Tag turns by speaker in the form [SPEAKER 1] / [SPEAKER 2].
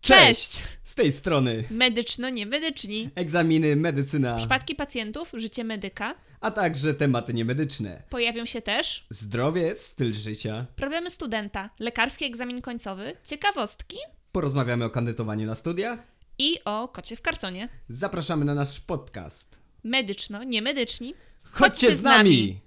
[SPEAKER 1] Cześć!
[SPEAKER 2] Z tej strony
[SPEAKER 1] Medyczno-niemedyczni.
[SPEAKER 2] egzaminy, medycyna,
[SPEAKER 1] Przypadki pacjentów, życie medyka.
[SPEAKER 2] a także tematy niemedyczne.
[SPEAKER 1] Pojawią się też
[SPEAKER 2] Zdrowie, styl życia.
[SPEAKER 1] problemy studenta, lekarski egzamin końcowy, ciekawostki
[SPEAKER 2] Porozmawiamy o kandydatowaniu na studiach.
[SPEAKER 1] i o kocie w kartonie.
[SPEAKER 2] Zapraszamy na nasz podcast.
[SPEAKER 1] Medyczno-niemedyczni.
[SPEAKER 2] Chodźcie z nami!